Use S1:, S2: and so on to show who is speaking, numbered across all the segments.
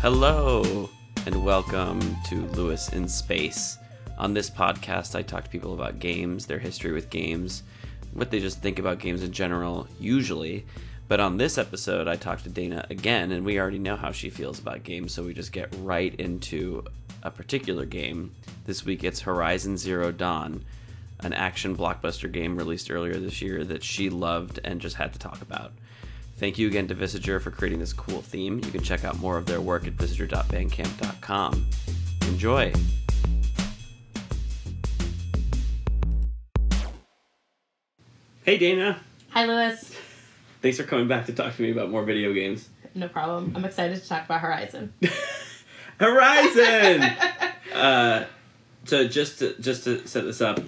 S1: Hello, and welcome to Lewis in Space. On this podcast, I talk to people about games, their history with games, what they just think about games in general, usually. But on this episode, I talked to Dana again, and we already know how she feels about games, so we just get right into a particular game. This week, it's Horizon Zero Dawn, an action blockbuster game released earlier this year that she loved and just had to talk about. Thank you again to Visager for creating this cool theme. You can check out more of their work at visager.bandcamp.com. Enjoy! Hey Dana,
S2: Hi, Lewis.
S1: thanks for coming back to talk to me about more video games.
S2: No problem. I'm excited to talk about Horizon.
S1: Horizon. uh, so just to, just to set this up,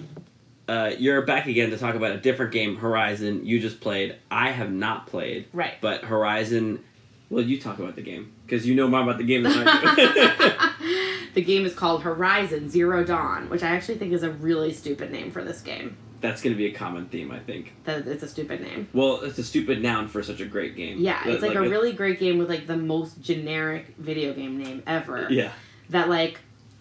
S1: uh, you're back again to talk about a different game, Horizon. You just played. I have not played.
S2: Right.
S1: But Horizon. Well, you talk about the game because you know more about the game than I
S2: the game is called Horizon Zero Dawn, which I actually think is a really stupid name for this game.
S1: do. That's going to be a common theme, I think.
S2: That it's a stupid name.
S1: Well, it's a stupid noun for such a great game.
S2: Yeah,
S1: But,
S2: it's like, a
S1: it-
S2: really great game with like the most generic video game name ever.
S1: Yeah.
S2: That like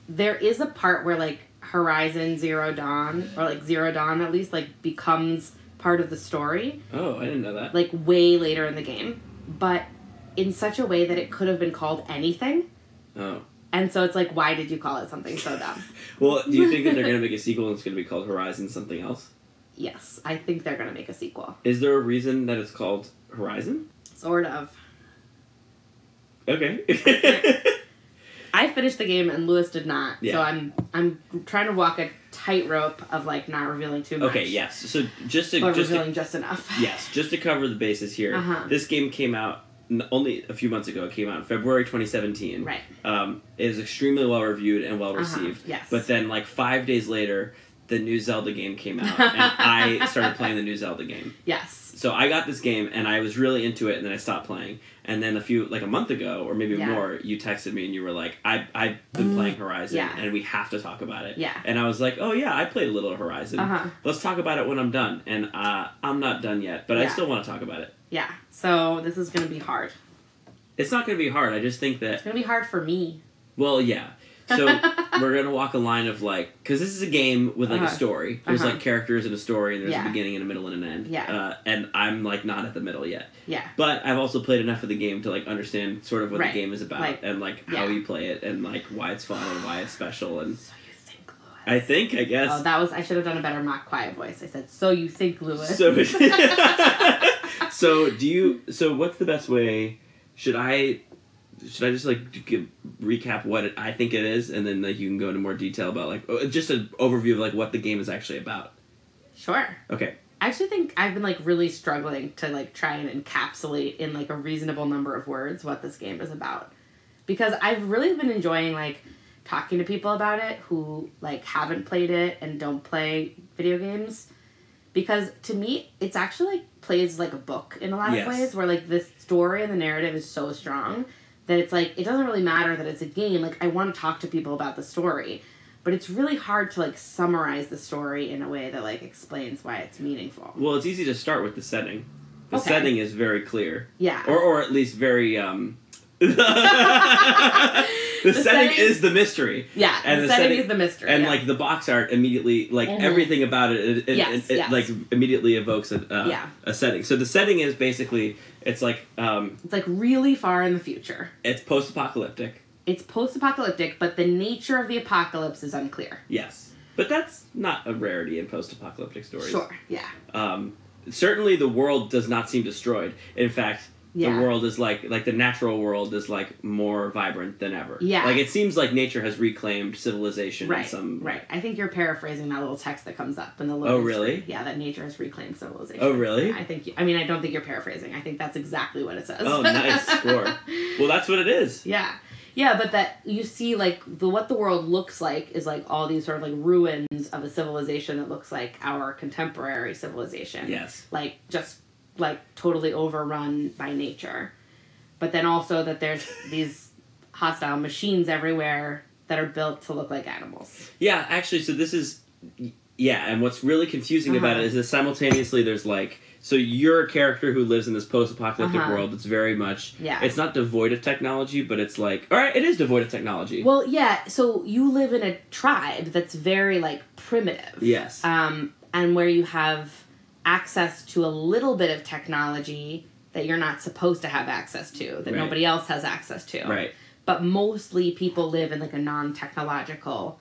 S2: there is a part where like Horizon Zero Dawn or like Zero Dawn at least like becomes part of the story.
S1: Oh, I didn't know that.
S2: like way later in the game, but in such a way that it could have been called anything.
S1: Oh.
S2: And so it's like, why did you call it something so dumb?
S1: Well, do you think that they're going to make a sequel and it's going to be called Horizon something else?
S2: yes, I think they're gonna make a sequel,
S1: Is there a reason that it's called Horizon?
S2: sort of.
S1: Okay.
S2: I finished the game and Lewis did not,
S1: Yeah.
S2: so I'm I'm trying to walk a tightrope of like not revealing too much.
S1: Okay, yes. So just to
S2: but
S1: just to,
S2: revealing just enough.
S1: yes, just to cover the bases here.
S2: Uh-huh.
S1: This game came out n- only a few months ago. It came out in February 2017.
S2: Right.
S1: Um, it is extremely well reviewed and well
S2: Uh-huh,
S1: received.
S2: yes.
S1: But then, like five days later, the new Zelda game came out, and I started playing the new Zelda game.
S2: Yes.
S1: So I got this game, and I was really into it, and then I stopped playing. And then a few, like a month ago, or maybe
S2: Yeah.
S1: more, you texted me and you were like, I, "I've been
S2: Mm,
S1: playing Horizon,
S2: yeah.
S1: and we have to talk about it."
S2: Yeah.
S1: And I was like, "Oh yeah, I played a little Horizon."
S2: Uh huh.
S1: Let's talk about it when I'm done. And uh, I'm not done yet, but I
S2: Yeah.
S1: still want to talk about it.
S2: Yeah. So this is gonna be hard.
S1: It's not going to be hard. I just think
S2: It's
S1: that,
S2: gonna be hard for me.
S1: well, yeah. So we're going to walk a line of like, because this is a game with like a
S2: Uh-huh.
S1: story. There's
S2: Uh-huh.
S1: like characters and a story, and there's a
S2: Yeah.
S1: beginning and a middle and an end.
S2: Yeah.
S1: Uh, and I'm like not at the middle yet.
S2: Yeah.
S1: But I've also played enough of the game to like understand sort of what
S2: Right.
S1: the game is about
S2: Like-
S1: and like how
S2: yeah.
S1: you play it and like why it's fun and why it's special. And
S2: So you think, Lewis?
S1: I think, I guess.
S2: Oh, that was I should have done a better mock quiet voice. I said, "So you think, Lewis?"
S1: So, so do you? So what's the best way? Should I? Should I just like give, recap what it, I think it is, and then like you can go into more detail about like oh, just an overview of like what the game is actually about.
S2: sure.
S1: Okay.
S2: I actually think I've been like really struggling to like try and encapsulate in like a reasonable number of words what this game is about. Because I've really been enjoying like talking to people about it who like haven't played it and don't play video games. Because to me, it's actually like, plays like a book in a lot
S1: Yes.
S2: of ways where like this story and the narrative is so strong that it's like it doesn't really matter that it's a game. Like I want to talk to people about the story. But it's really hard to like summarize the story in a way that like explains why it's meaningful.
S1: Well, it's easy to start with the setting. The
S2: Okay.
S1: setting is very clear,
S2: Yeah.
S1: or or at least very um. the,
S2: The
S1: setting,
S2: setting-
S1: is the mystery.
S2: yeah.
S1: and
S2: the,
S1: the
S2: setting,
S1: setting-
S2: is the mystery.
S1: And
S2: yeah.
S1: like the box art immediately, like
S2: Mhm.
S1: everything about it, it, it,
S2: Yes,
S1: it- it,
S2: yes.
S1: like immediately evokes a uh,
S2: Yeah.
S1: a setting. So the setting is basically it's like um,
S2: it's like really far in the future.
S1: it's post apocalyptic.
S2: It's post-apocalyptic, but the nature of the apocalypse is unclear.
S1: Yes, but that's not a rarity in post apocalyptic stories.
S2: Sure. Yeah.
S1: Um, certainly, the world does not seem destroyed. In fact.
S2: Yeah.
S1: The world is like like the natural world is like more vibrant than ever.
S2: Yeah.
S1: Like it seems like nature has reclaimed civilization in
S2: Right.
S1: some
S2: Right. I think you're paraphrasing that little text that comes up in the.
S1: Oh, really?
S2: screen. Yeah, that nature has reclaimed civilization.
S1: Oh really?
S2: I think. You, I mean, I don't think you're paraphrasing. I think that's exactly what it says.
S1: Oh nice score. Well that's what it is.
S2: Yeah. Yeah, but that you see like the what the world looks like is like all these sort of like ruins of a civilization that looks like our contemporary civilization.
S1: Yes.
S2: Like just like totally overrun by nature. But then also that there's these hostile machines everywhere that are built to look like animals.
S1: Yeah, actually, so this is yeah, and what's really confusing about
S2: Uh-huh.
S1: it is that simultaneously there's like so you're a character who lives in this post-apocalyptic
S2: Uh-huh.
S1: world that's very much
S2: Yeah.
S1: it's not devoid of technology, but it's like all right, it is devoid of technology.
S2: Well, yeah. So you live in a tribe that's very like primitive.
S1: yes.
S2: Um, and where you have access to a little bit of technology that you're not supposed to have access to, that
S1: Right.
S2: nobody else has access to.
S1: right.
S2: But mostly people live in like a non-technological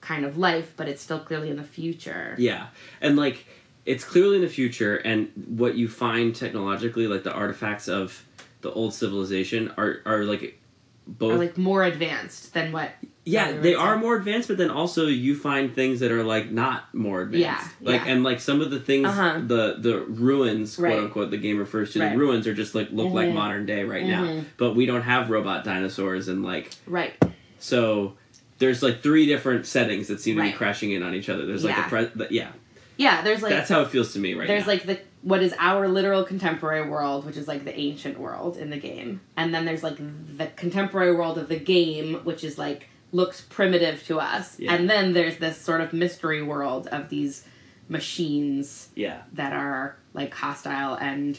S2: kind of life, but it's still clearly in the future.
S1: Yeah. And like it's clearly in the future and what you find technologically like the artifacts of the old civilization are are like both
S2: Or like more advanced than what
S1: yeah,
S2: Yeah,
S1: they
S2: right.
S1: are more advanced, but then also you find things that are like not more advanced.
S2: Yeah,
S1: like
S2: yeah.
S1: and like some of the things
S2: Uh-huh.
S1: the the ruins, quote
S2: Right.
S1: unquote, the game refers to
S2: Right.
S1: the ruins are just like look like
S2: Mhm.
S1: modern day right now.
S2: Mhm.
S1: But we don't have robot dinosaurs and like
S2: right.
S1: so there's like three different settings that seem to
S2: Right.
S1: be crashing in on each other. There's
S2: Yeah.
S1: like the pre- the, yeah.
S2: Yeah, there's like
S1: That's how it feels to me right
S2: there's
S1: now.
S2: like the what is our literal contemporary world, which is like the ancient world in the game, and then there's like the contemporary world of the game, which is like looks primitive to us,
S1: Yeah.
S2: and then there's this sort of mystery world of these machines
S1: yeah.
S2: that are like hostile and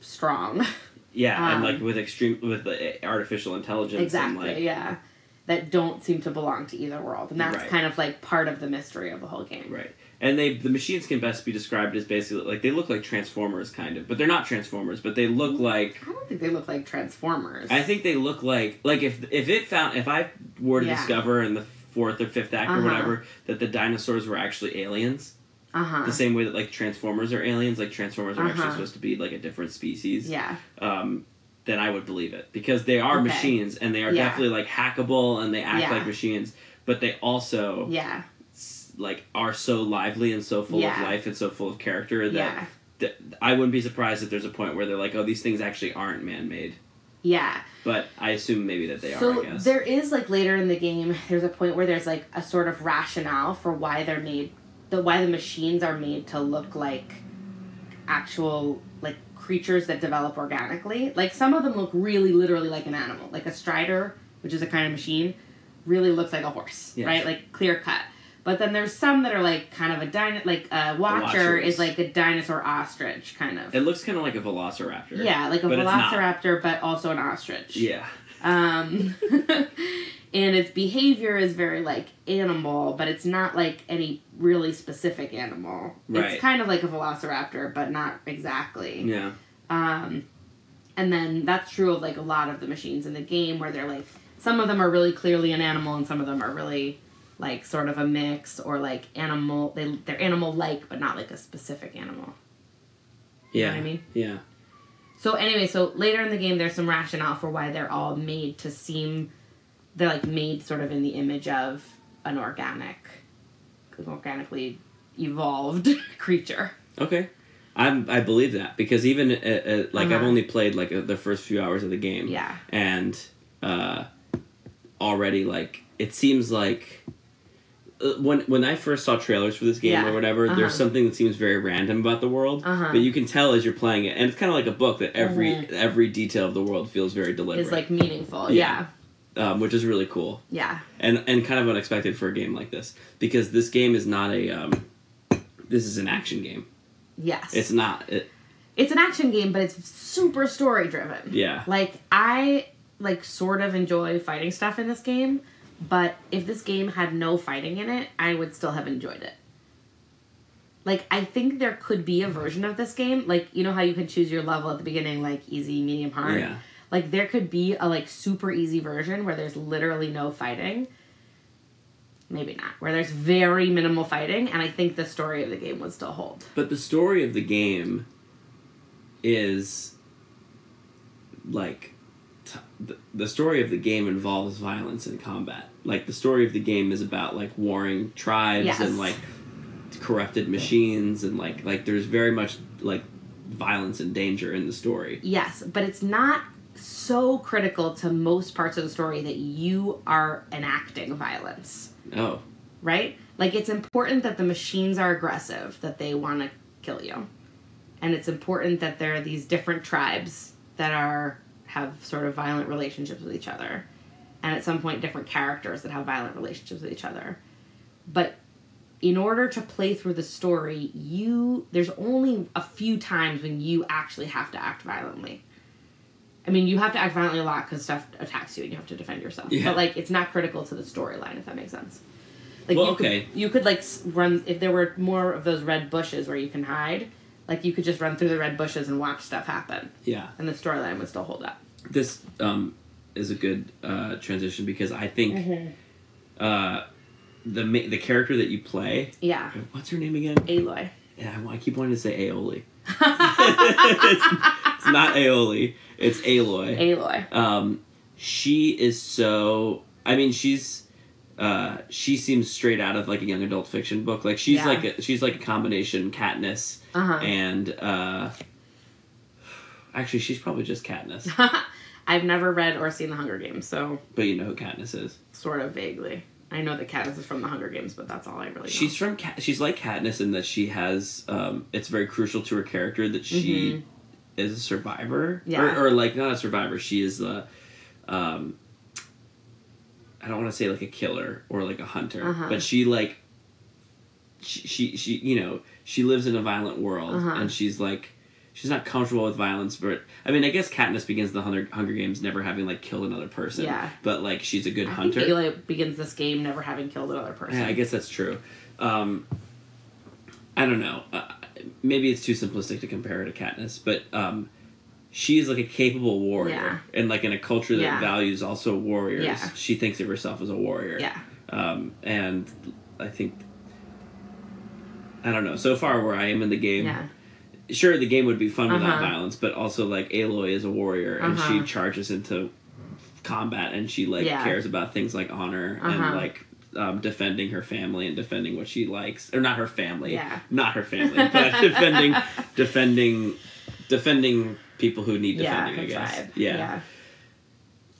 S2: strong.
S1: Yeah,
S2: Um,
S1: and like with extreme with the eh, artificial intelligence
S2: exactly,
S1: and like
S2: yeah. That don't seem to belong to either world, and that's
S1: Right.
S2: kind of like part of the mystery of the whole game.
S1: right. And they the machines can best be described as basically like they look like transformers kind of, but they're not transformers, but they look like
S2: I don't think they look like transformers.
S1: I think they look like like if if it found if I were to
S2: Yeah.
S1: discover in the fourth or fifth act or
S2: Uh-huh.
S1: whatever that the dinosaurs were actually aliens,
S2: uh huh.
S1: the same way that like transformers are aliens, like transformers are actually
S2: Uh-huh.
S1: supposed to be like a different species.
S2: Yeah.
S1: um, then I would believe it because they are
S2: Okay.
S1: machines and they are
S2: Yeah.
S1: definitely like hackable and they act
S2: Yeah.
S1: like machines, but they also
S2: Yeah.
S1: s- like are so lively and so full
S2: Yeah.
S1: of life and so full of character that
S2: Yeah.
S1: that I wouldn't be surprised if there's a point where they're like, oh, these things actually aren't man made,
S2: Yeah.
S1: but I assume maybe that they
S2: so
S1: are. I guess.
S2: there is like later in the game, there's a point where there's like a sort of rationale for why they're made, the why the machines are made to look like actual like creatures that develop organically. Like some of them look really literally like an animal, like a strider, which is a kind of machine, really looks like a horse,
S1: Yes.
S2: right? Like clear cut. But then there's some that are like kind of a dino, like a watcher
S1: Watchers.
S2: is like a dinosaur ostrich kind of.
S1: It looks kind of like a velociraptor.
S2: yeah, like a
S1: but it's not.
S2: velociraptor, but also an ostrich.
S1: Yeah.
S2: Um, and its behavior is very like animal, but it's not like any really specific animal.
S1: Right.
S2: It's kind of like a velociraptor, but not exactly.
S1: Yeah.
S2: Um, and then that's true of like a lot of the machines in the game where they're like, some of them are really clearly an animal and some of them are really like sort of a mix or like animal, they, they're animal like, but not like a specific animal. You
S1: Yeah.
S2: know what I mean?
S1: Yeah.
S2: So anyway, so later in the game, there's some rationale for why they're all made to seem, they're like made sort of in the image of an organic, an organically evolved creature.
S1: Okay. I'm, I believe that because even uh, uh, like I've
S2: Uh-huh.
S1: only played like uh, the first few hours of the game.
S2: Yeah.
S1: and uh, already like it seems like uh, when when I first saw trailers for this game
S2: Yeah.
S1: or whatever,
S2: Uh-huh.
S1: there's something that seems very random about the world,
S2: Uh-huh.
S1: but you can tell as you're playing it, and it's kind of like a book that every
S2: Mhm.
S1: every detail of the world feels very deliberate,
S2: Is like meaningful.
S1: Yeah.
S2: Yeah.
S1: um, which is really cool
S2: Yeah.
S1: and and kind of unexpected for a game like this because this game is not a um, this is an action game.
S2: Yes.
S1: It's
S2: It's,
S1: not it,
S2: an action game, but it's super story driven.
S1: yeah
S2: Like I like sort of enjoy fighting stuff in this game, but if this game had no fighting in it, I would still have enjoyed it. Like I think there could be a version of this game, like you know how you can choose your level at the beginning like easy, medium, hard.
S1: yeah
S2: Like there could be a like super easy version where there's literally no fighting. Maybe not. Where there's very minimal fighting and I think the story of the game would still hold.
S1: But the story of the game is like t- the, the story of the game involves violence and combat. Like the story of the game is about like warring tribes
S2: Yes.
S1: and like corrupted machines and like like there's very much like violence and danger in the story.
S2: Yes, but it's not so critical to most parts of the story that you are enacting violence,
S1: Oh,
S2: right? Like it's important that the machines are aggressive, that they want to kill you. And it's important that there are these different tribes that are have sort of violent relationships with each other. And at some point different characters that have violent relationships with each other. But in order to play through the story, you there's only a few times when you actually have to act violently. I mean, you have to act violently a lot because stuff attacks you and you have to defend yourself.
S1: Yeah.
S2: But like, it's not critical to the storyline if that makes sense. Like
S1: Well,
S2: you
S1: okay.
S2: could you could like s- run if there were more of those red bushes where you can hide, like you could just run through the red bushes and watch stuff happen,
S1: Yeah.
S2: and the storyline would still hold up.
S1: This um, is a good uh, transition because I think uh, the ma- the character that you play,
S2: Yeah,
S1: what's her name again?
S2: Aloy.
S1: Yeah, I, I keep wanting to say Aoli. it's, it's not Aoli. It's Aloy.
S2: Aloy.
S1: Um, she is so. I mean, she's. Uh, she seems straight out of like a young adult fiction book. Like she's
S2: Yeah.
S1: like a, she's like a combination Katniss
S2: Uh huh.
S1: and uh, actually she's probably just Katniss,
S2: I've never read or seen The Hunger Games, so
S1: but you know who Katniss is.
S2: sort of vaguely. I know that Katniss is from The Hunger Games, but that's all I really know.
S1: She's from Kat- she's like Katniss in that she has um, it's very crucial to her character that she is a survivor
S2: Mm-hmm. Yeah.
S1: or, or like not a survivor she is a um, I don't want to say like a killer or like a hunter
S2: Uh-huh.
S1: but she like she, she she you know she lives in a violent world
S2: Uh-huh.
S1: and she's like she's not comfortable with violence but I mean I guess Katniss begins the Hunger, Hunger Games never having like killed another person
S2: Yeah.
S1: but like she's a good
S2: I
S1: hunter
S2: think Eli begins this game never having killed another person.
S1: yeah, I guess that's true. Um, I don't know. Uh, maybe it's too simplistic to compare her to Katniss, but um, she is like a capable warrior,
S2: Yeah.
S1: and like in a culture that
S2: Yeah.
S1: values also warriors,
S2: Yeah.
S1: she thinks of herself as a warrior.
S2: Yeah.
S1: Um, and I think I don't know. So far, where I am in the game,
S2: Yeah.
S1: sure, the game would be fun without
S2: Uh-huh.
S1: violence, but also like Aloy is a warrior, and
S2: Uh-huh.
S1: she charges into combat and she like
S2: Yeah.
S1: cares about things like honor and
S2: Uh-huh.
S1: like um, defending her family and defending what she likes or not her family
S2: Yeah.
S1: not her family but defending defending defending people who need
S2: Yeah.
S1: defending i
S2: her
S1: guess
S2: tribe.
S1: yeah
S2: yeah.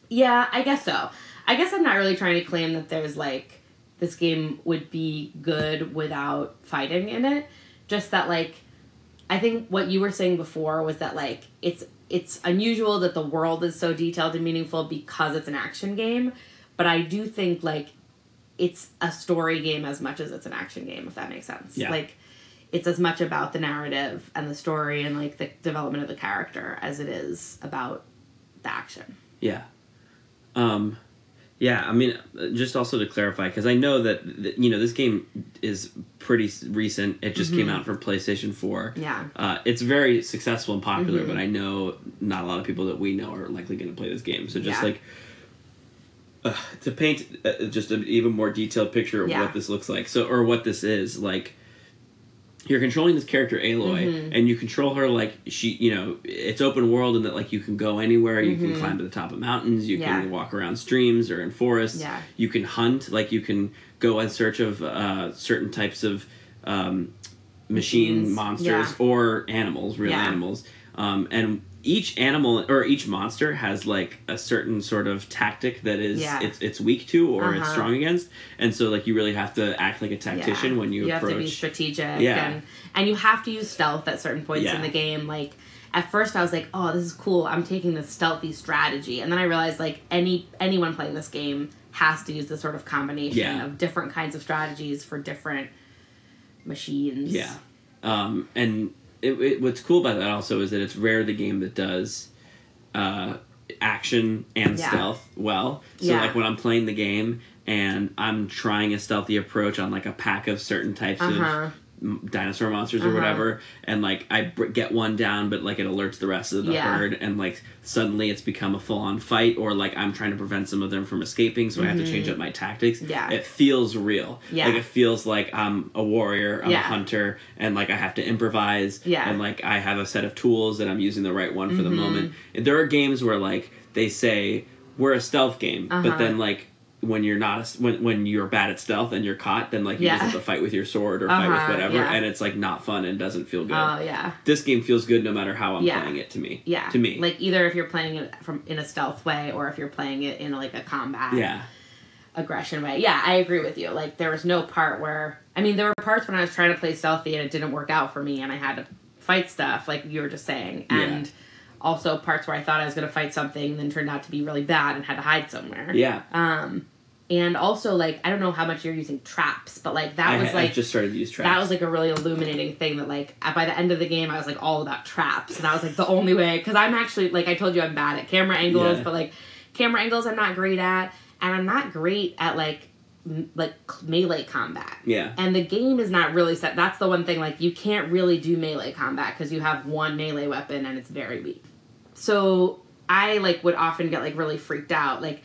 S2: Yeah, I guess so. I guess I'm not really trying to claim that there's like this game would be good without fighting in it. Just that like I think what you were saying before was that like it's it's unusual that the world is so detailed and meaningful because it's an action game, but I do think like it's a story game as much as it's an action game if that makes sense.
S1: Yeah.
S2: Like it's as much about the narrative and the story and like the development of the character as it is about the action.
S1: Yeah. Um, yeah, I mean, uh, just also to clarify, because I know that, th- you know, this game is pretty s- recent. It just
S2: Mm-hmm.
S1: came out for PlayStation 4.
S2: Yeah.
S1: Uh, it's very successful and popular,
S2: Mm-hmm.
S1: but I know not a lot of people that we know are likely going to play this game. So just
S2: Yeah.
S1: like, uh, to paint uh, just an even more detailed picture of
S2: Yeah.
S1: what this looks like, so or what this is like, you're controlling this character Aloy,
S2: Mm-hmm.
S1: and you control her like she, you know, it's open world, and that like you can go anywhere. You can climb to the top of mountains. You
S2: Mm-hmm. Yeah.
S1: can walk around streams or in forests.
S2: Yeah.
S1: You can hunt. Like you can go in search of uh, certain types of um, machine
S2: Machines,
S1: monsters
S2: yeah.
S1: or animals, real
S2: Yeah.
S1: animals. Um, and each animal or each monster has like a certain sort of tactic that is
S2: Yeah.
S1: it's it's weak to or it's
S2: Uh-huh.
S1: strong against, and so like you really have to act like a tactician when you,
S2: you
S1: approach.
S2: have to be strategic
S1: Yeah.
S2: and and you have to use stealth at certain points
S1: Yeah.
S2: in the game like at first i was like oh this is cool i'm taking this stealthy strategy and then i realized like any anyone playing this game has to use this sort of combination
S1: Yeah.
S2: of different kinds of strategies for different machines
S1: Yeah. Um, and it, it, what's cool about that also is that it's rare the game that does uh, action and
S2: Yeah.
S1: stealth well. So,
S2: Yeah.
S1: like, when I'm playing the game and I'm trying a stealthy approach on, like, a pack of certain types
S2: Uh-huh.
S1: of m- dinosaur monsters or
S2: Uh-huh.
S1: whatever and like i br- get one down but like it alerts the rest of the
S2: Yeah.
S1: herd and like suddenly it's become a full-on fight or like i'm trying to prevent some of them from escaping so i have to change up my tactics
S2: Mm-hmm. Yeah.
S1: it feels real
S2: Yeah.
S1: like it feels like i'm a warrior i'm a
S2: Yeah.
S1: hunter and like I have to improvise
S2: Yeah. Mm-hmm.
S1: and like I have a set of tools and I'm using the right one for the moment. And there are games where like they say we're a stealth game, but
S2: Uh-huh.
S1: then like when you're not a s when when you're bad at stealth and you're caught, then like you just
S2: Yeah.
S1: have to fight with your sword or fight
S2: Uh-huh,
S1: with whatever,
S2: yeah.
S1: and it's like not fun and doesn't feel good.
S2: oh yeah
S1: this game feels good no matter how I'm
S2: Yeah.
S1: playing it to me.
S2: yeah
S1: to me,
S2: like either if you're playing it from in a stealth way or if you're playing it in like a combat
S1: yeah,
S2: aggression way. Yeah, I agree with you. Like there was no part where I mean there were parts when I was trying to play stealthy and it didn't work out for me and I had to fight stuff like you were just saying.
S1: Yeah.
S2: And also parts where I thought I was going to fight something and then turned out to be really bad and had to hide somewhere.
S1: yeah.
S2: Um and also like I don't know how much you're using traps, but like that
S1: I,
S2: was
S1: I
S2: like
S1: just started to use traps.
S2: that was like a really illuminating thing that like at- by the end of the game I was like all about traps and I was like the only way because I'm actually like I told you I'm bad at camera angles
S1: Yeah.
S2: but like camera angles I'm not great at and I'm not great at like m- like melee combat
S1: yeah.
S2: and the game is not really set that's the one thing like you can't really do melee combat because you have one melee weapon and it's very weak so i like would often get like really freaked out like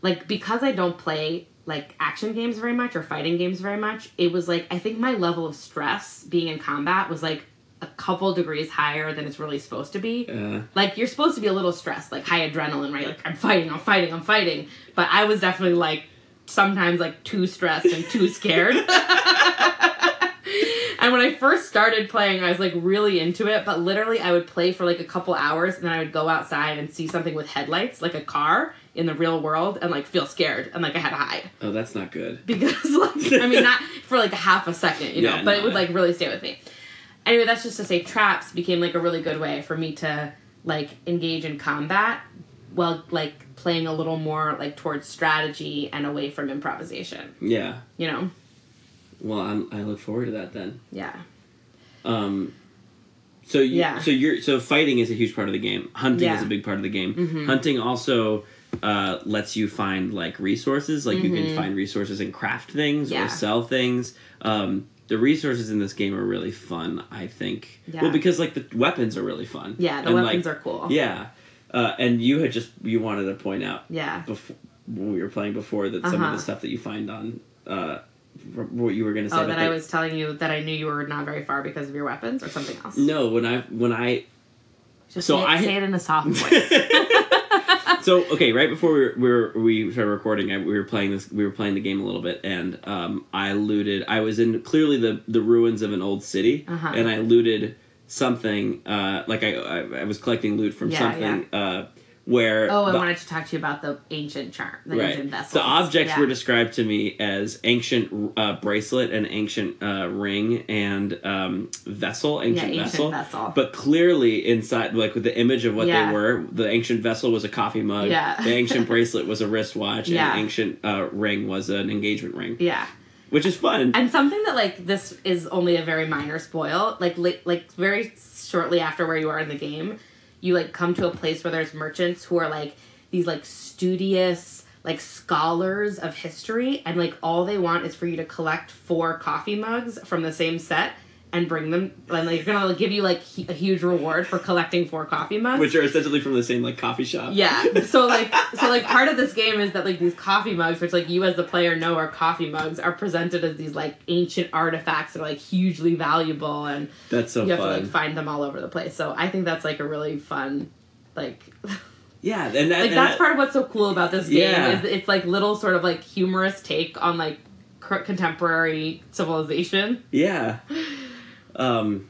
S2: like because i don't play like action games very much or fighting games very much it was like i think my level of stress being in combat was like a couple degrees higher than it's really supposed to be
S1: Uh,
S2: like you're supposed to be a little stressed, like high adrenaline, right? Like I'm fighting, I'm fighting, I'm fighting. But I was definitely like sometimes like too stressed and too scared. and when I first started playing, I was like really into it, but literally I would play for like a couple hours and then I would go outside and see something with headlights, like a car in the real world and like feel scared and like I had to hide
S1: oh, that's not good.
S2: because like I mean not for like a half a second, you know,
S1: Yeah,
S2: but it
S1: no,
S2: would
S1: yeah.
S2: like really stay with me. Anyway, that's just to say traps became like a really good way for me to like engage in combat while like playing a little more like towards strategy and away from improvisation,
S1: Yeah.
S2: you know.
S1: Well, I'm, I look forward to that then.
S2: Yeah.
S1: Um, so you,
S2: Yeah.
S1: so you're so fighting is a huge part of the game. Hunting is
S2: Yeah.
S1: a big part of the game.
S2: Mhm.
S1: Hunting also uh, lets you find like resources. Like you can find resources and craft things
S2: Mm-hmm. Yeah.
S1: or sell things. Um, the resources in this game are really fun. I think.
S2: Yeah.
S1: Well, because like the weapons are really fun.
S2: Yeah, the
S1: And,
S2: weapons
S1: like,
S2: are cool.
S1: Yeah, uh, and you had just you wanted to point out
S2: Yeah.
S1: before when we were playing before that some of
S2: Uh-huh.
S1: the stuff that you find on uh, r- what you were going to say.
S2: Oh,
S1: about
S2: that
S1: the-
S2: I was telling you that I knew you were not very far because of your weapons or something else.
S1: No, when I when I
S2: Just
S1: so
S2: say, it-
S1: I-
S2: say it in a soft voice.
S1: so okay, right before we were, we, were, we started recording, I, we were playing this. We were playing the game a little bit, and um, I looted. I was in clearly the the ruins of an old city,
S2: Uh-huh.
S1: and I looted something. Uh, like I, I I was collecting loot from
S2: Yeah,
S1: something. Uh, where
S2: Oh, I
S1: the,
S2: wanted to talk to you about the ancient charm, the
S1: right
S2: ancient vessels.
S1: the objects
S2: Yeah.
S1: were described to me as ancient uh, bracelet and ancient uh, ring and um, vessel
S2: yeah,
S1: ancient,
S2: ancient
S1: vessel.
S2: vessel.
S1: But clearly, inside, like with the image of what
S2: Yeah.
S1: they were, the ancient vessel was a coffee mug.
S2: Yeah.
S1: The ancient bracelet was a wristwatch,
S2: Yeah.
S1: and the ancient uh, ring was an engagement ring,
S2: yeah.
S1: which is fun.
S2: And something that like this is only a very minor spoil. Like li- like very shortly after where you are in the game, you like come to a place where there's merchants who are like these like studious like scholars of history and like all they want is for you to collect four coffee mugs from the same set and bring them and like they're gonna like, give you like hu- a huge reward for collecting four coffee mugs
S1: which are essentially from the same like coffee shop.
S2: Yeah. So like so like part of this game is that like these coffee mugs, which like you as the player know are coffee mugs, are presented as these like ancient artifacts that are like hugely valuable and
S1: That's so
S2: you have
S1: fun.
S2: to like find them all over the place. So I think that's like a really fun like
S1: yeah, and that,
S2: like
S1: and
S2: that's
S1: that-
S2: part of what's so cool about this game
S1: Yeah.
S2: is it's like little sort of like humorous take on like cur- contemporary civilization.
S1: Yeah. Um.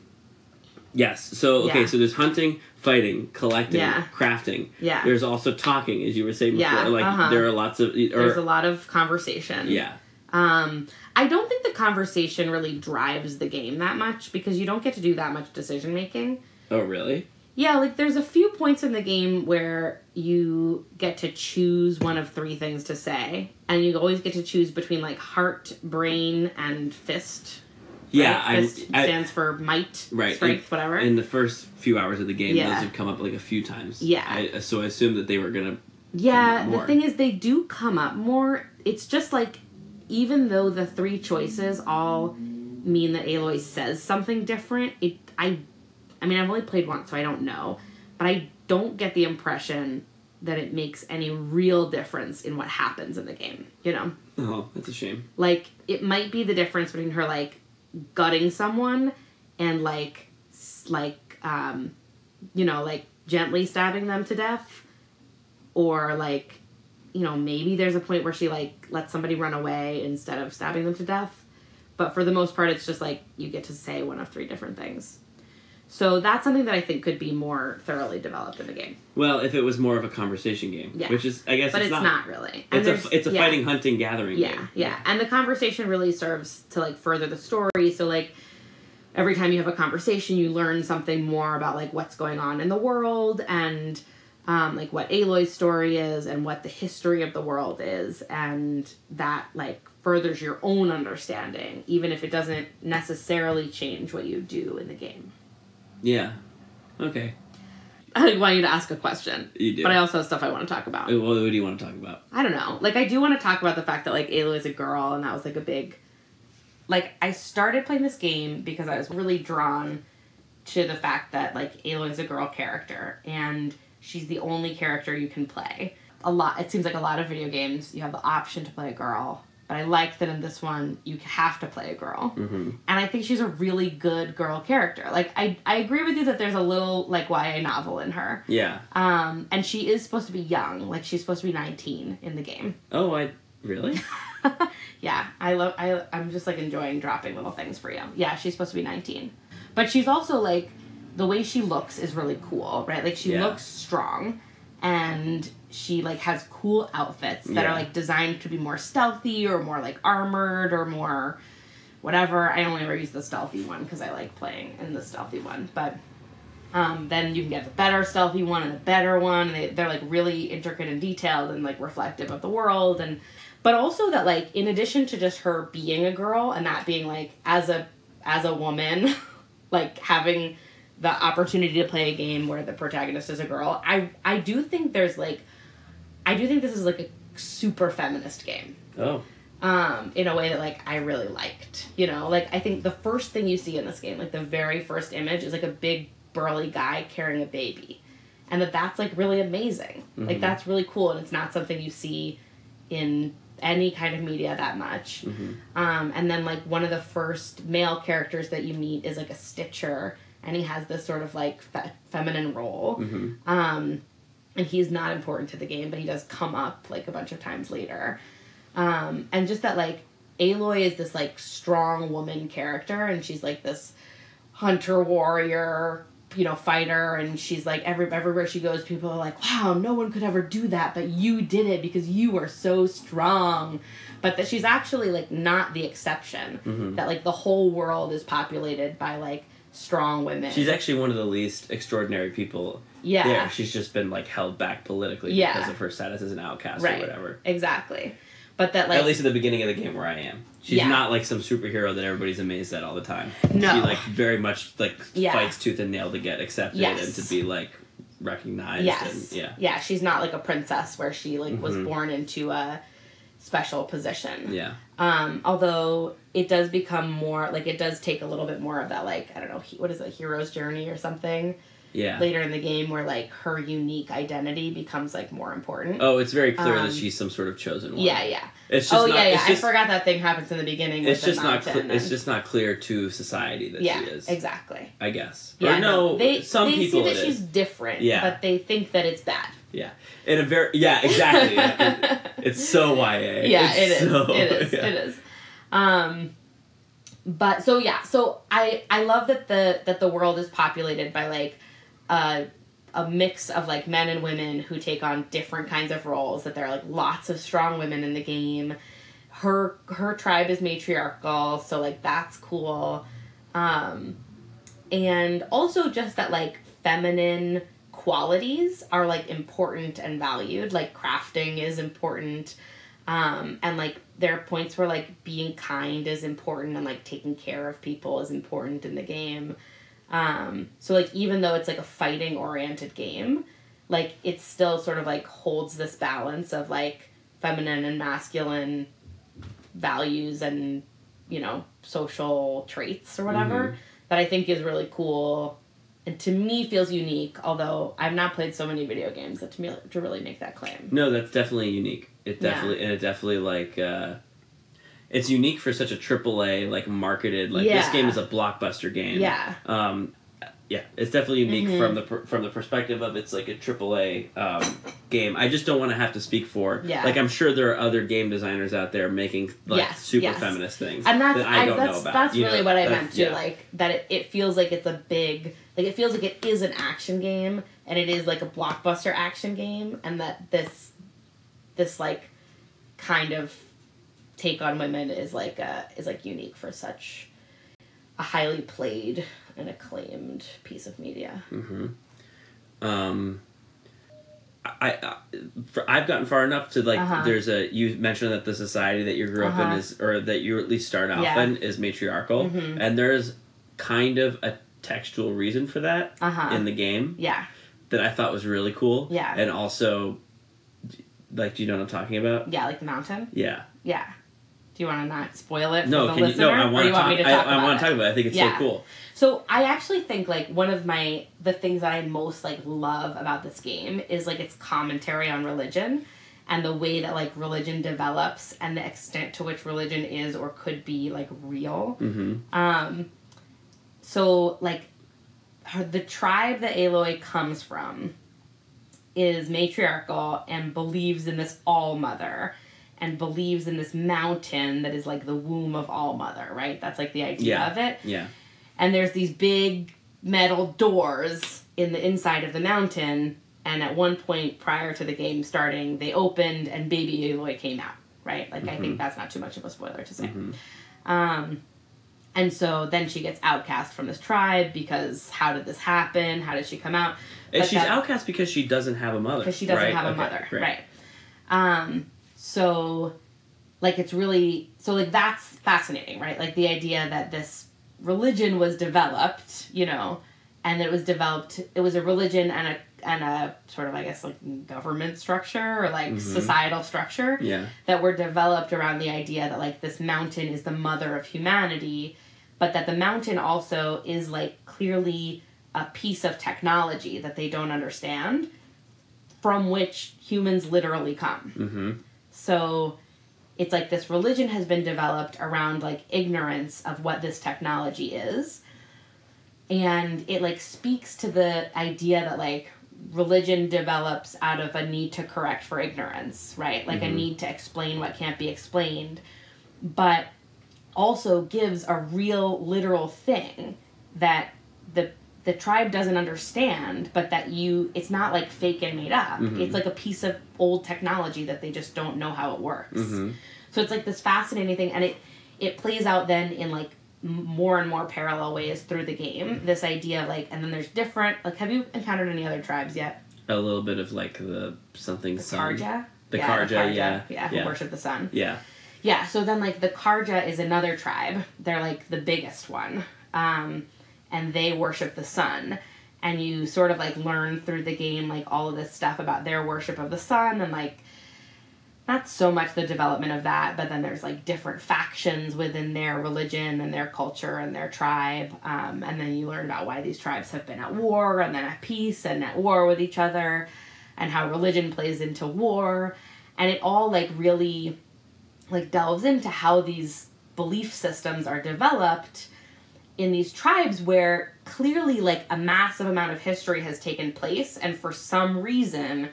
S1: Yes. So okay.
S2: Yeah.
S1: So there's hunting, fighting, collecting,
S2: Yeah.
S1: crafting.
S2: Yeah.
S1: There's also talking, as you were saying before.
S2: Yeah,
S1: Like
S2: uh-huh.
S1: there are lots of. Or,
S2: There's a lot of conversation.
S1: yeah.
S2: Um, I don't think the conversation really drives the game that much because you don't get to do that much decision making.
S1: Oh really?
S2: Yeah, like there's a few points in the game where you get to choose one of three things to say, and you always get to choose between like heart, brain, and fist.
S1: Yeah.
S2: right?
S1: I'm-
S2: fist
S1: I,
S2: stands for might,
S1: Right,
S2: strength, whatever.
S1: in the first few hours of the game
S2: Yeah.
S1: those have come up like a few times
S2: Yeah.
S1: I, uh, so i assumed that they were gonna
S2: Yeah, the
S1: more.
S2: thing is, they do come up more. It's just like, even though the three choices all mean that Aloy says something different, it I, I mean, I've only played once, so I don't know, but I don't get the impression that it makes any real difference in what happens in the game. You know,
S1: oh that's a shame
S2: like it might be the difference between her like gutting someone and like s- like um you know like gently stabbing them to death or like you know maybe there's a point where she like lets somebody run away instead of stabbing them to death but for the most part it's just like you get to say one of three different things so that's something that i think could be more thoroughly developed in the game
S1: well if it was more of a conversation game
S2: Yeah.
S1: which is i guess
S2: but
S1: it's,
S2: it's, not, really And
S1: it's a
S2: there's-
S1: it's a
S2: yeah.
S1: fighting hunting gathering
S2: Yeah,
S1: game
S2: yeah. And the conversation really serves to like further the story. So like every time you have a conversation, you learn something more about like what's going on in the world and um, like what Aloy's story is and what the history of the world is, and that like furthers your own understanding, even if it doesn't necessarily change what you do in the game.
S1: Yeah. Okay.
S2: I want you to ask a question,
S1: You do.
S2: but I also have stuff I want to talk about.
S1: Uh, what, what do you want to talk about?
S2: I don't know. Like I do want to talk about the fact that like Aloy is a girl and that was like a big like I started playing this game because I was really drawn to the fact that like Aloy is a girl character and she's the only character you can play. A lot it seems like a lot of video games you have the option to play a girl, but I like that in this one you have to play a girl.
S1: Mm-hmm.
S2: And I think she's a really good girl character. Like I I agree with you that there's a little like YA novel in her.
S1: Yeah.
S2: Um, and she is supposed to be young, like she's supposed to be 19 in the game.
S1: Oh, I really?
S2: yeah, I love I I'm just like enjoying dropping little things for you. Yeah, she's supposed to be 19. But she's also like the way she looks is really cool, right? Like she
S1: Yeah.
S2: looks strong and she like has cool outfits that
S1: Yeah.
S2: are like designed to be more stealthy or more like armored or more whatever. I only ever use the stealthy one because I like playing in the stealthy one, but um, then you can get the better stealthy one and the better one. And they, they're like really intricate and detailed and like reflective of the world. And but also that like in addition to just her being a girl and that being like as a as a woman, like having the opportunity to play a game where the protagonist is a girl. I I do think there's like, I do think this is like a super feminist game
S1: Oh.
S2: um, in a way that like I really liked. You know, like I think the first thing you see in this game, like the very first image, is like a big burly guy carrying a baby, and that that's like really amazing. Like
S1: Mhm.
S2: that's really cool, and it's not something you see in any kind of media that much.
S1: Mhm.
S2: Um, and then like one of the first male characters that you meet is like a stitcher, and he has this sort of like fe- feminine role.
S1: Mm-hmm.
S2: Um, and he's not important to the game, but he does come up like a bunch of times later. Um, and just that like Aloy is this like strong woman character, and she's like this hunter warrior, you know, fighter, and she's like every everywhere she goes, people are like, wow, no one could ever do that, but you did it because you are so strong. But that she's actually like not the exception.
S1: Mhm.
S2: That like the whole world is populated by like strong women.
S1: She's actually one of the least extraordinary people
S2: yeah.
S1: there. She's just been like held back politically
S2: Yeah.
S1: because of her status as an outcast
S2: Right.
S1: or whatever.
S2: Exactly. But that like
S1: at least at the beginning of the game where I am. She's
S2: Yeah.
S1: not like some superhero that everybody's amazed at all the time.
S2: No.
S1: She like very much like
S2: Yeah.
S1: fights tooth and nail to get accepted
S2: Yes.
S1: and to be like recognized
S2: yes.
S1: and yeah.
S2: she's not like a princess where she like was
S1: Mhm.
S2: born into a special position.
S1: Yeah.
S2: Um although it does become more like it does take a little bit more of that like I don't know, he, what is it, hero's journey or something
S1: Yeah.
S2: later in the game where like her unique identity becomes like more important.
S1: Oh, it's very clear
S2: Um,
S1: that she's some sort of chosen one.
S2: yeah, yeah.
S1: It's just
S2: Oh
S1: not,
S2: yeah, yeah.
S1: It's just,
S2: I forgot that thing happens in the beginning.
S1: It's
S2: with the
S1: just not.
S2: mountain
S1: Cl- it's
S2: and-
S1: just not clear to society that
S2: yeah,
S1: she is.
S2: exactly.
S1: I guess.
S2: Yeah,
S1: or no,
S2: they
S1: some
S2: they
S1: people
S2: see
S1: it
S2: that she's
S1: is.
S2: different,
S1: Yeah.
S2: but they think that it's bad.
S1: Yeah. In a very. Yeah. Exactly. Yeah. it's so YA.
S2: yeah, it
S1: it's
S2: is.
S1: So,
S2: it is.
S1: yeah.
S2: It is. Um, but so yeah, so I I love that the that the world is populated by like a a mix of like men and women who take on different kinds of roles. That there are like lots of strong women in the game. Her her tribe is matriarchal, so like that's cool. Um, and also just that like feminine qualities are like important and valued like crafting is important um and like there are points where like being kind is important and like taking care of people is important in the game um so like even though it's like a fighting oriented game like it still sort of like holds this balance of like feminine and masculine values and you know social traits or whatever that i think is really cool and to me feels unique although i've not played so many video games that to me to really make that claim
S1: No, that's definitely unique. It
S2: Yeah.
S1: definitely and it definitely like uh it's unique for such a triple A like marketed like this
S2: Yeah.
S1: game is a blockbuster game.
S2: yeah
S1: Um yeah, it's definitely unique
S2: Mhm.
S1: from the per- from the perspective of it's like a triple A um, game. I just don't want to have to speak for.
S2: Yeah.
S1: Like I'm sure there are other game designers out there making like
S2: Yes,
S1: super
S2: yes.
S1: feminist things
S2: and that's
S1: that I
S2: I-
S1: don't
S2: that's
S1: know about.
S2: that's
S1: you
S2: really
S1: know?
S2: what I
S1: That's-
S2: meant too.
S1: yeah.
S2: Like that, it, it feels like it's a big like it feels like it is an action game, and it is like a blockbuster action game, and that this this like kind of take on women is like a is like unique for such a highly played and acclaimed piece of media.
S1: Mm-hmm. Um, I, I for- I've gotten far enough to like.
S2: Uh-huh.
S1: There's a you mentioned that the society that you grew up
S2: Uh-huh.
S1: in is, or that you at least start off
S2: Yeah.
S1: in, is matriarchal,
S2: Mhm.
S1: and there's kind of a textual reason for that
S2: Uh-huh.
S1: in the game
S2: Yeah.
S1: that I thought was really cool.
S2: Yeah.
S1: and also, like, do you know what I'm talking about?
S2: Yeah, like the mountain.
S1: Yeah.
S2: Yeah. Do you want to not spoil it for
S1: No,
S2: the
S1: can you?
S2: listener?
S1: No, I
S2: or
S1: want
S2: you
S1: to talk.
S2: Want me to
S1: I,
S2: talk
S1: I
S2: about
S1: want
S2: it?
S1: to talk about. it. I think it's
S2: Yeah.
S1: so cool.
S2: So I actually think like one of my the things that I most like love about this game is like its commentary on religion and the way that like religion develops and the extent to which religion is or could be like real.
S1: hmm
S2: Um so like her, the tribe that Aloy comes from is matriarchal and believes in this all mother and believes in this mountain that is like the womb of all mother, right? That's like the idea
S1: Yeah.
S2: of it
S1: Yeah.
S2: and there's these big metal doors in the inside of the mountain and at one point prior to the game starting they opened and baby aloy came out right like i think that's not too much of a spoiler to say
S1: Mhm.
S2: um, and so then she gets outcast from this tribe because how did this happen how did she come out
S1: And
S2: But
S1: she's
S2: that-
S1: outcast because she doesn't have a mother.
S2: because she doesn't
S1: right?
S2: have a
S1: Okay,
S2: mother
S1: great.
S2: right um so like it's really so like that's fascinating right like the idea that this religion was developed you know and it was developed it was a religion and a and a sort of i guess like government structure or like
S1: Mhm.
S2: societal structure
S1: Yeah.
S2: that were developed around the idea that like this mountain is the mother of humanity, but that the mountain also is like clearly a piece of technology that they don't understand from which humans literally come.
S1: Mm-hmm.
S2: So it's like this religion has been developed around like ignorance of what this technology is. And it like speaks to the idea that like religion develops out of a need to correct for ignorance, right? Like a need to explain what can't be explained, but also gives a real literal thing that the the tribe doesn't understand, but that you it's not like fake and made up.
S1: Mhm.
S2: It's like a piece of old technology that they just don't know how it works.
S1: Mm-hmm.
S2: So it's like this fascinating thing, and it it plays out then in like m- more and more parallel ways through the
S1: Mm-hmm.
S2: game. This idea of like, and then there's different. Like, have you encountered any other tribes yet?
S1: A little bit of like the something.
S2: The
S1: sun.
S2: Karja.
S1: The
S2: yeah,
S1: Karja, yeah,
S2: yeah, who
S1: yeah.
S2: worship the sun.
S1: Yeah.
S2: Yeah, so then like the Karja is another tribe. They're like the biggest one. Um, and they worship the sun. And you sort of like learn through the game like all of this stuff about their worship of the sun and like not so much the development of that, but then there's like different factions within their religion and their culture and their tribe. Um, and then you learn about why these tribes have been at war and then at peace and at war with each other and how religion plays into war. And it all like really like delves into how these belief systems are developed in these tribes where clearly like a massive amount of history has taken place and for some reason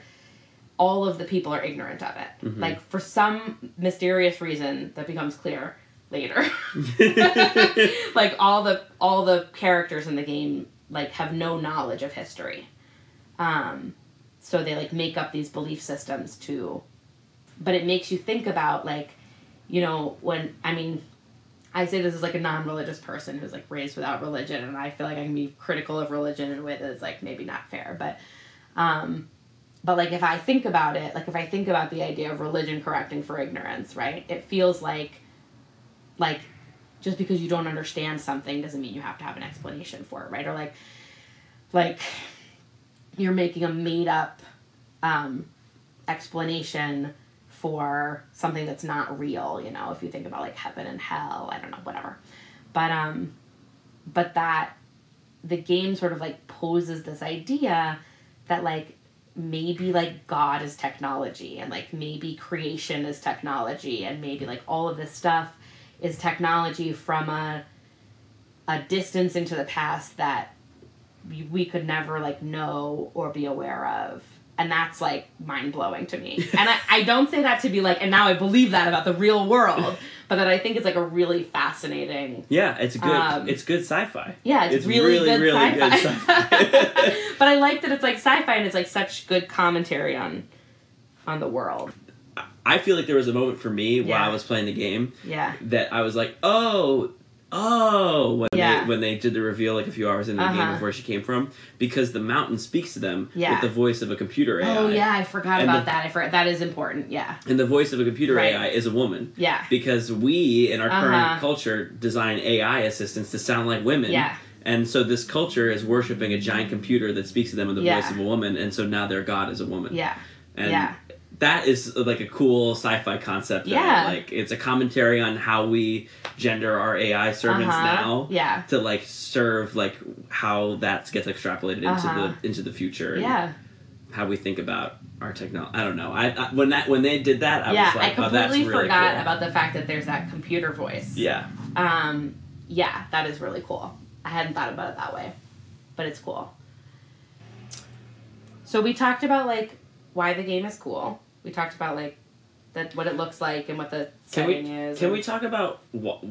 S2: all of the people are ignorant of it
S1: Mhm.
S2: like for some mysterious reason that becomes clear later like all the all the characters in the game like have no knowledge of history um so they like make up these belief systems to but it makes you think about like you know when i mean i say this is like a non-religious person who's like raised without religion and i feel like i can be critical of religion in a way that's like maybe not fair but um but like if i think about it like if i think about the idea of religion correcting for ignorance right it feels like like just because you don't understand something doesn't mean you have to have an explanation for it right or like like you're making a made up um, explanation for something that's not real you know if you think about like heaven and hell i don't know whatever but um but that the game sort of like poses this idea that like maybe like god is technology and like maybe creation is technology and maybe like all of this stuff is technology from a a distance into the past that we- we could never like know or be aware of and that's like mind blowing to me and I, I don't say that to be like and now i believe that about the real world but that i think it's like a really fascinating
S1: Yeah. It's good.
S2: Um,
S1: it's good sci-fi.
S2: yeah, it's,
S1: It's
S2: really,
S1: really,
S2: good
S1: really
S2: sci-fi.
S1: good sci-fi.
S2: but I like that it's like sci-fi and it's like such good commentary on on the world.
S1: I feel like there was a moment for me while
S2: Yeah.
S1: I was playing the game
S2: Yeah.
S1: that I was like, oh, oh when
S2: Yeah.
S1: they when they did the reveal like a few hours into the game
S2: Uh-huh.
S1: of where she came from because the mountain speaks to them
S2: Yeah.
S1: with the voice of a computer AI.
S2: Oh yeah, I forgot
S1: And
S2: about
S1: the-
S2: that. I forgot that is important. Yeah,
S1: And the voice of a computer
S2: Right.
S1: AI is a woman.
S2: yeah,
S1: Because we in our
S2: Uh-huh.
S1: current culture design AI assistants to sound like women.
S2: yeah,
S1: And so this culture is worshiping a giant computer that speaks to them in the
S2: Yeah.
S1: voice of a woman, and so now their god is a woman.
S2: yeah,
S1: And
S2: yeah,
S1: that is uh, like a cool sci-fi concept. that,
S2: Yeah.
S1: Like it's a commentary on how we gender our AI servants
S2: Uh-huh.
S1: now
S2: Yeah,
S1: to like serve like how that gets extrapolated
S2: Uh-huh.
S1: into the into the future. And
S2: yeah,
S1: How we think about our technology. I don't know. I, I when that when they did that, I
S2: yeah.
S1: was like,
S2: I
S1: oh, that's
S2: completely
S1: really
S2: forgot
S1: cool.
S2: about the fact that there's that computer voice.
S1: Yeah.
S2: Um, yeah, that is really cool. I hadn't thought about it that way, but it's cool. So we talked about like why the game is cool. We talked about like that what it looks like and what the
S1: Can we-
S2: setting is.
S1: Can
S2: and-
S1: we talk about what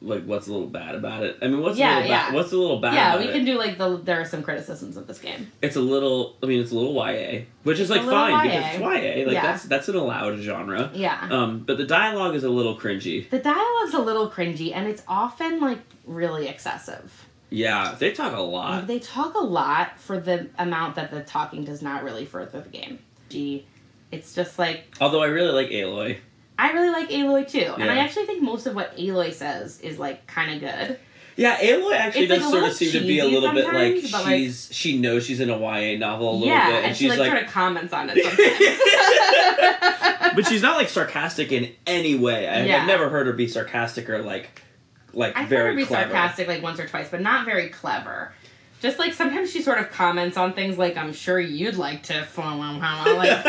S1: like what's a little bad about it? I mean, what's a
S2: Yeah,
S1: little
S2: yeah.
S1: bad? What's a little bad?
S2: Yeah,
S1: about
S2: we
S1: it?
S2: can do like the. There are some criticisms of this game.
S1: it's a little i mean it's a little ya which is
S2: It's a
S1: like
S2: little
S1: fine
S2: YA.
S1: because it's ya like
S2: Yeah.
S1: that's that's an allowed genre
S2: Yeah.
S1: um but the dialogue is a little cringy
S2: The dialogue's a little cringy and it's often like really excessive.
S1: yeah they talk a lot
S2: Like, they talk a lot for the amount that the talking does not really further the game. Gee, it's just like
S1: although i really like aloy
S2: I really like Aloy too, and I
S1: Yeah.
S2: actually think most of what Aloy says is like kind of good.
S1: yeah aloy actually
S2: It's, like,
S1: does
S2: a
S1: sort of
S2: little
S1: seem to be a
S2: cheesy
S1: little bit like
S2: sometimes, but, like-
S1: she's she knows she's in a ya novel a little
S2: yeah,
S1: bit and,
S2: and she
S1: she's
S2: like,
S1: like,
S2: sort of comments on it sometimes.
S1: but she's not like sarcastic in any way I,
S2: Yeah.
S1: i've never heard her be sarcastic or like like
S2: I've heard
S1: very
S2: her be
S1: clever
S2: sarcastic like once or twice, but not very clever. Just like sometimes she sort of comments on things like I'm sure you'd like to f- like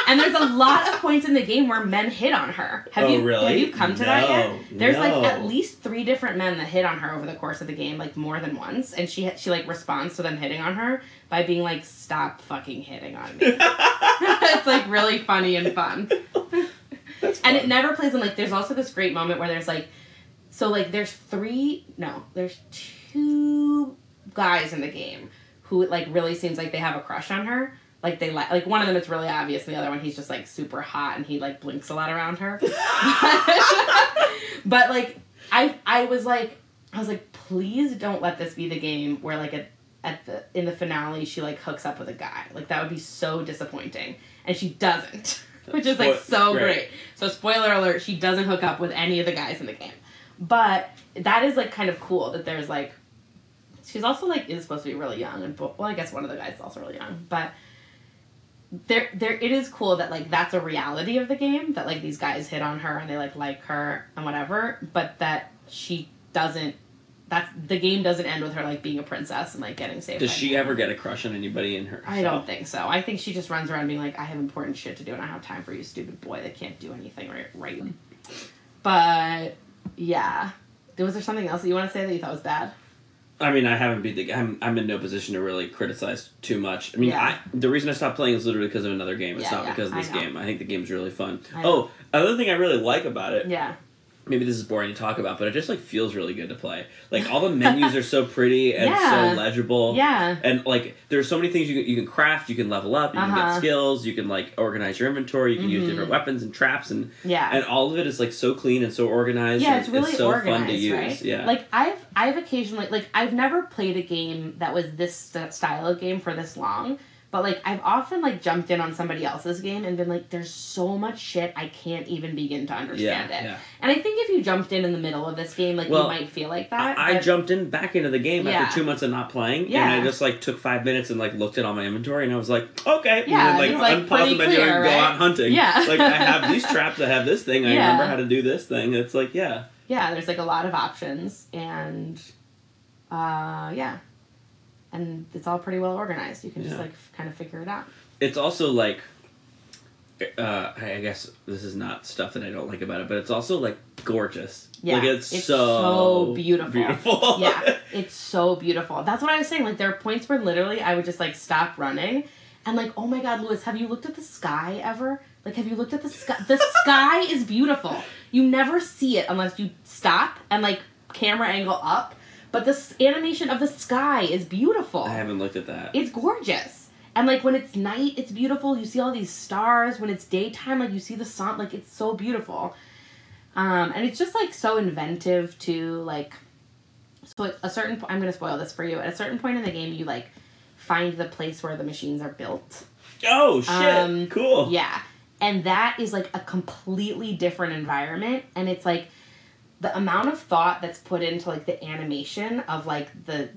S2: And there's a lot of points in the game where men hit on her. Have
S1: Oh,
S2: you
S1: really?
S2: have you come to that yet?
S1: No,
S2: There's
S1: no.
S2: like at least three different men that hit on her over the course of the game, like more than once, and she she like responds to them hitting on her by being like, "Stop fucking hitting on me." it's like really funny and fun.
S1: That's fun.
S2: And it never plays in like there's also this great moment where there's like so like there's three no, there's two guys in the game who like really seems like they have a crush on her. Like they like like one of them it's really obvious and the other one he's just like super hot and he like blinks a lot around her. but like I I was like I was like please don't let this be the game where like at at the in the finale she like hooks up with a guy. Like that would be so disappointing. And she doesn't. Which is like
S1: Spoil-
S2: so
S1: right.
S2: great. So spoiler alert, she doesn't hook up with any of the guys in the game. But that is like kind of cool that there's like she's also like is supposed to be really young and bo- well I guess one of the guys is also really young, but there there it is cool that like that's a reality of the game that like these guys hit on her and they like like her and whatever, but that she doesn't that's the game doesn't end with her like being a princess and like getting saved.
S1: does
S2: by
S1: she
S2: men.
S1: ever get a crush on anybody in her
S2: I don't think so. I think she just runs around being like, I have important shit to do and I don't have time for you, stupid boy that can't do anything right. right. But yeah. Was there something else that you want to say that you thought was bad?
S1: I mean, I haven't beat the game. I'm, I'm in no position to really criticize too much. I mean,
S2: Yeah.
S1: I, the reason I stopped playing is literally because of another game. It's
S2: Yeah,
S1: not
S2: yeah,
S1: because of
S2: I
S1: this
S2: know.
S1: game. I think the game's really fun.
S2: I know.
S1: Oh, another thing I really like about it.
S2: Yeah.
S1: Maybe this is boring to talk about, but it just like feels really good to play. Like all the menus are so pretty and
S2: Yeah.
S1: so legible.
S2: Yeah.
S1: And like there's so many things you can, you can craft, you can level up, you can
S2: Uh-huh.
S1: get skills, you can like organize your inventory, you can
S2: Mhm.
S1: use different weapons and traps and
S2: Yeah.
S1: and all of it is like so clean and so organized.
S2: yeah,
S1: and
S2: it's really
S1: so
S2: organized,
S1: fun to use.
S2: right?
S1: Yeah.
S2: Like I've I've occasionally like I've never played a game that was this st- style of game for this long, but like I've often like jumped in on somebody else's game and been like, there's so much shit I can't even begin to
S1: yeah,
S2: understand it.
S1: yeah.
S2: And I think if you jumped in in the middle of this game, like you
S1: Well,
S2: might feel like that.
S1: I, I
S2: but-
S1: jumped in back into the game
S2: Yeah.
S1: after two months of not playing,
S2: Yeah.
S1: and I just like took five minutes and like looked at all my inventory, and I was like, okay,
S2: Yeah,
S1: and then,
S2: it's, like, pretty clear,
S1: and
S2: right?
S1: go out hunting.
S2: Yeah.
S1: like I have these traps, I have this thing, I
S2: Yeah.
S1: remember how to do this thing. It's like, yeah,
S2: yeah, there's like a lot of options and uh yeah. And it's all pretty well organized. You can just
S1: Yeah.
S2: like f- kind of figure it out.
S1: it's also like, uh, I I guess this is not stuff that I don't like about it, but it's also like gorgeous.
S2: Yeah,
S1: like it's,
S2: it's
S1: so,
S2: so beautiful.
S1: Beautiful.
S2: yeah, it's so beautiful. That's what I was saying. Like there are points where literally I would just like stop running and like, oh my god, Lewis, have you looked at the sky ever? Like have you looked at the sky? The sky is beautiful. You never see it unless you stop and like camera angle up. But this animation of the sky is beautiful.
S1: I haven't looked at that.
S2: It's gorgeous. And like when it's night, it's beautiful. You see all these stars. When it's daytime, like you see the sun. Like it's so beautiful. Um, and it's just like so inventive to like. So at a certain point, I'm gonna spoil this for you. At a certain point in the game, you like find the place where the machines are built.
S1: Oh shit!
S2: Um,
S1: cool.
S2: Yeah. And that is like a completely different environment. And it's like the amount of thought that's put into like the animation of like the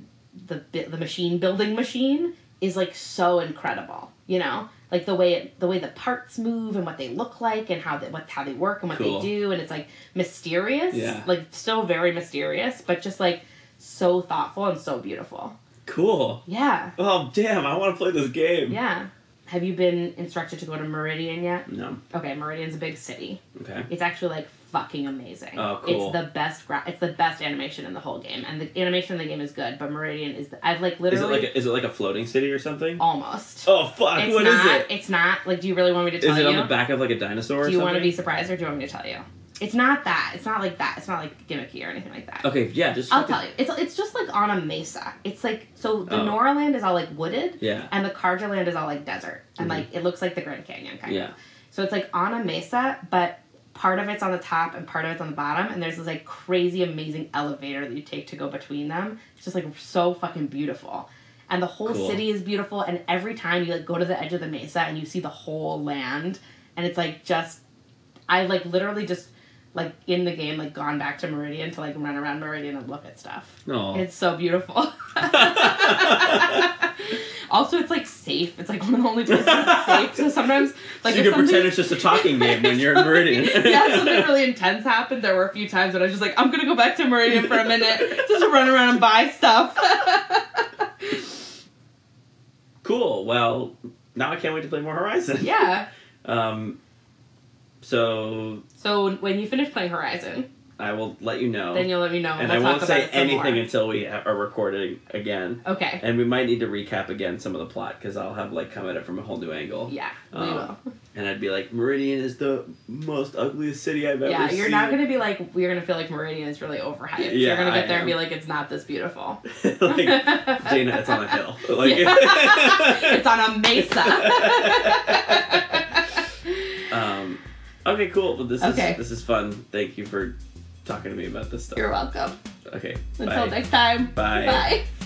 S2: the bi- the machine building machine is like so incredible. You know, like the way it, the way the parts move and what they look like and how they what how they work and what
S1: Cool.
S2: they do and it's like mysterious.
S1: Yeah.
S2: Like still very mysterious, but just like so thoughtful and so beautiful.
S1: Cool.
S2: Yeah.
S1: Oh damn! I want to play this game.
S2: Yeah. Have you been instructed to go to Meridian yet?
S1: No.
S2: Okay, Meridian's a big city.
S1: Okay.
S2: It's actually like fucking amazing.
S1: Oh, cool.
S2: It's the best gra- it's the best animation in the whole game, and the animation in the game is good. But Meridian is the- I've like
S1: Is it
S2: literally
S1: like a, is it like a floating city or something?
S2: almost.
S1: Oh fuck! What
S2: it's
S1: is
S2: not.
S1: it?
S2: It's not. Like, do you really want me to tell
S1: Is it
S2: you?
S1: on the back of like a dinosaur?
S2: do
S1: or
S2: you
S1: something?
S2: want to be surprised or do you want me to tell you? It's not that. It's not like that. It's not like gimmicky or anything like that.
S1: Okay. Yeah. Just.
S2: I'll
S1: fucking-
S2: tell you. It's it's just like on a mesa. It's like so the
S1: Oh.
S2: Nora land is all like wooded,
S1: Yeah.
S2: and the Karja land is all like desert, and
S1: Mhm.
S2: like it looks like the Grand Canyon kind of.
S1: Yeah.
S2: So it's like on a mesa, but part of it's on the top and part of it's on the bottom, and there's this like crazy amazing elevator that you take to go between them. It's just like so fucking beautiful. And the whole
S1: Cool.
S2: city is beautiful, and every time you like go to the edge of the mesa and you see the whole land, and it's like just, I like literally just like in the game like gone back to Meridian to like run around Meridian and look at stuff.
S1: No.
S2: It's so beautiful. also, it's like safe. It's like one of the only places that's safe. So sometimes like
S1: so
S2: if
S1: you can
S2: something-
S1: pretend it's just a talking game when you're in Meridian.
S2: yeah, something really intense happened. There were a few times that I was just like, I'm gonna go back to Meridian for a minute, just to run around and buy stuff.
S1: cool. Well, now I can't wait to play more Horizon.
S2: yeah.
S1: Um. So
S2: So when you finish playing Horizon,
S1: I will let you know.
S2: then you'll let me know.
S1: and I
S2: we'll talk
S1: won't say
S2: about it some more.
S1: anything until we ha- are recording again.
S2: Okay.
S1: And we might need to recap again some of the plot because I'll have like come at it from a whole new angle.
S2: Yeah, we
S1: Um,
S2: will.
S1: And I'd be like, Meridian is the most ugliest city I've ever
S2: Yeah,
S1: seen.
S2: you're not gonna be like we're gonna feel like Meridian is really overhyped.
S1: Yeah,
S2: you're gonna get
S1: I
S2: there
S1: am.
S2: and be like, it's not this beautiful.
S1: like Dana, it's on a hill. Like
S2: it's on a mesa.
S1: um, okay, cool. Well, this
S2: Okay.
S1: is this is fun. Thank you for talking to me about this stuff.
S2: You're welcome.
S1: okay.
S2: Until
S1: bye.
S2: next time.
S1: Bye.
S2: Bye.